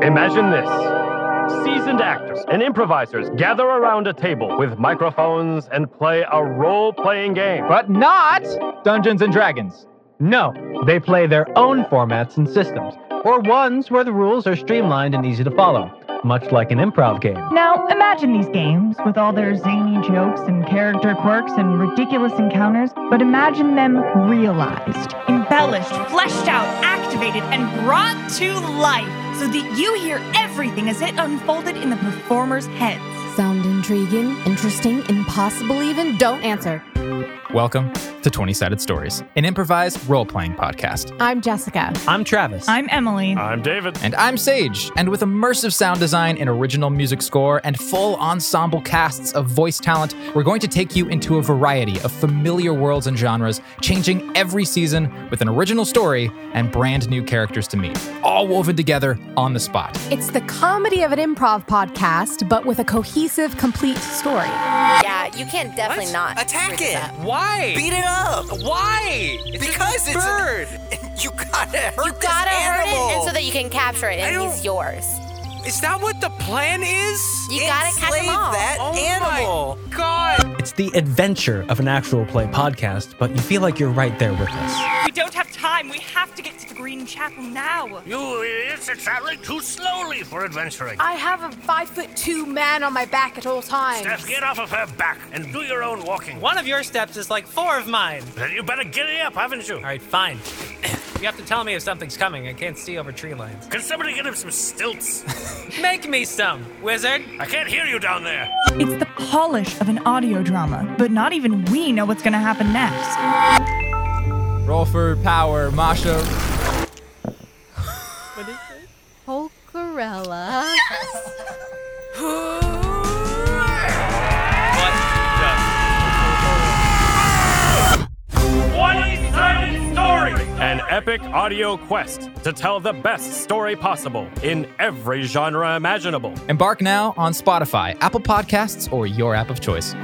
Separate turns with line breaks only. Imagine this seasoned actors and improvisers gather around a table with microphones and play a role playing game.
But not Dungeons and Dragons. No, they play their own formats and systems, or ones where the rules are streamlined and easy to follow, much like an improv game.
Now, imagine these games with all their zany jokes and character quirks and ridiculous encounters, but imagine them realized.
Embellished, fleshed out, activated, and brought to life so that you hear everything as it unfolded in the performers' heads.
Sound intriguing, interesting, impossible even? Don't answer.
Welcome to 20 Sided Stories, an improvised role playing podcast.
I'm Jessica.
I'm Travis.
I'm Emily.
I'm David.
And I'm Sage. And with immersive sound design and original music score and full ensemble casts of voice talent, we're going to take you into a variety of familiar worlds and genres, changing every season with an original story and brand new characters to meet, all woven together on the spot.
It's the comedy of an improv podcast, but with a cohesive, complete story.
Yeah, you can definitely
What?
not
Attack
reduce
it.
that.
Why?
Beat it up.
Why? It's
because
a
it's
bird.
An, you gotta hurt
You gotta
this
hurt
animal.
it, and so that you can capture it,
I
and
don't-
he's yours.
Is that what the plan is?
You gotta catch
Enslave
them all.
that
oh
animal.
my god!
It's the adventure of an actual play podcast, but you feel like you're right there with us.
We don't have time. We have to get to the Green Chapel now.
You idiots are traveling too slowly for adventuring.
I have a five foot two man on my back at all times.
Steph, get off of her back and do your own walking.
One of your steps is like four of mine.
Then you better giddy up, haven't you?
All right, fine. you have to tell me if something's coming. I can't see over tree lines.
Can somebody get him some stilts?
Make me some, wizard.
I can't hear you down there.
It's the polish of an audio drama, but not even we know what's going to happen next.
Roll for power, Masha.
Polcarella.
What?
One-sided story! An epic audio quest to tell the best story possible in every genre imaginable.
Embark now on Spotify, Apple Podcasts, or your app of choice.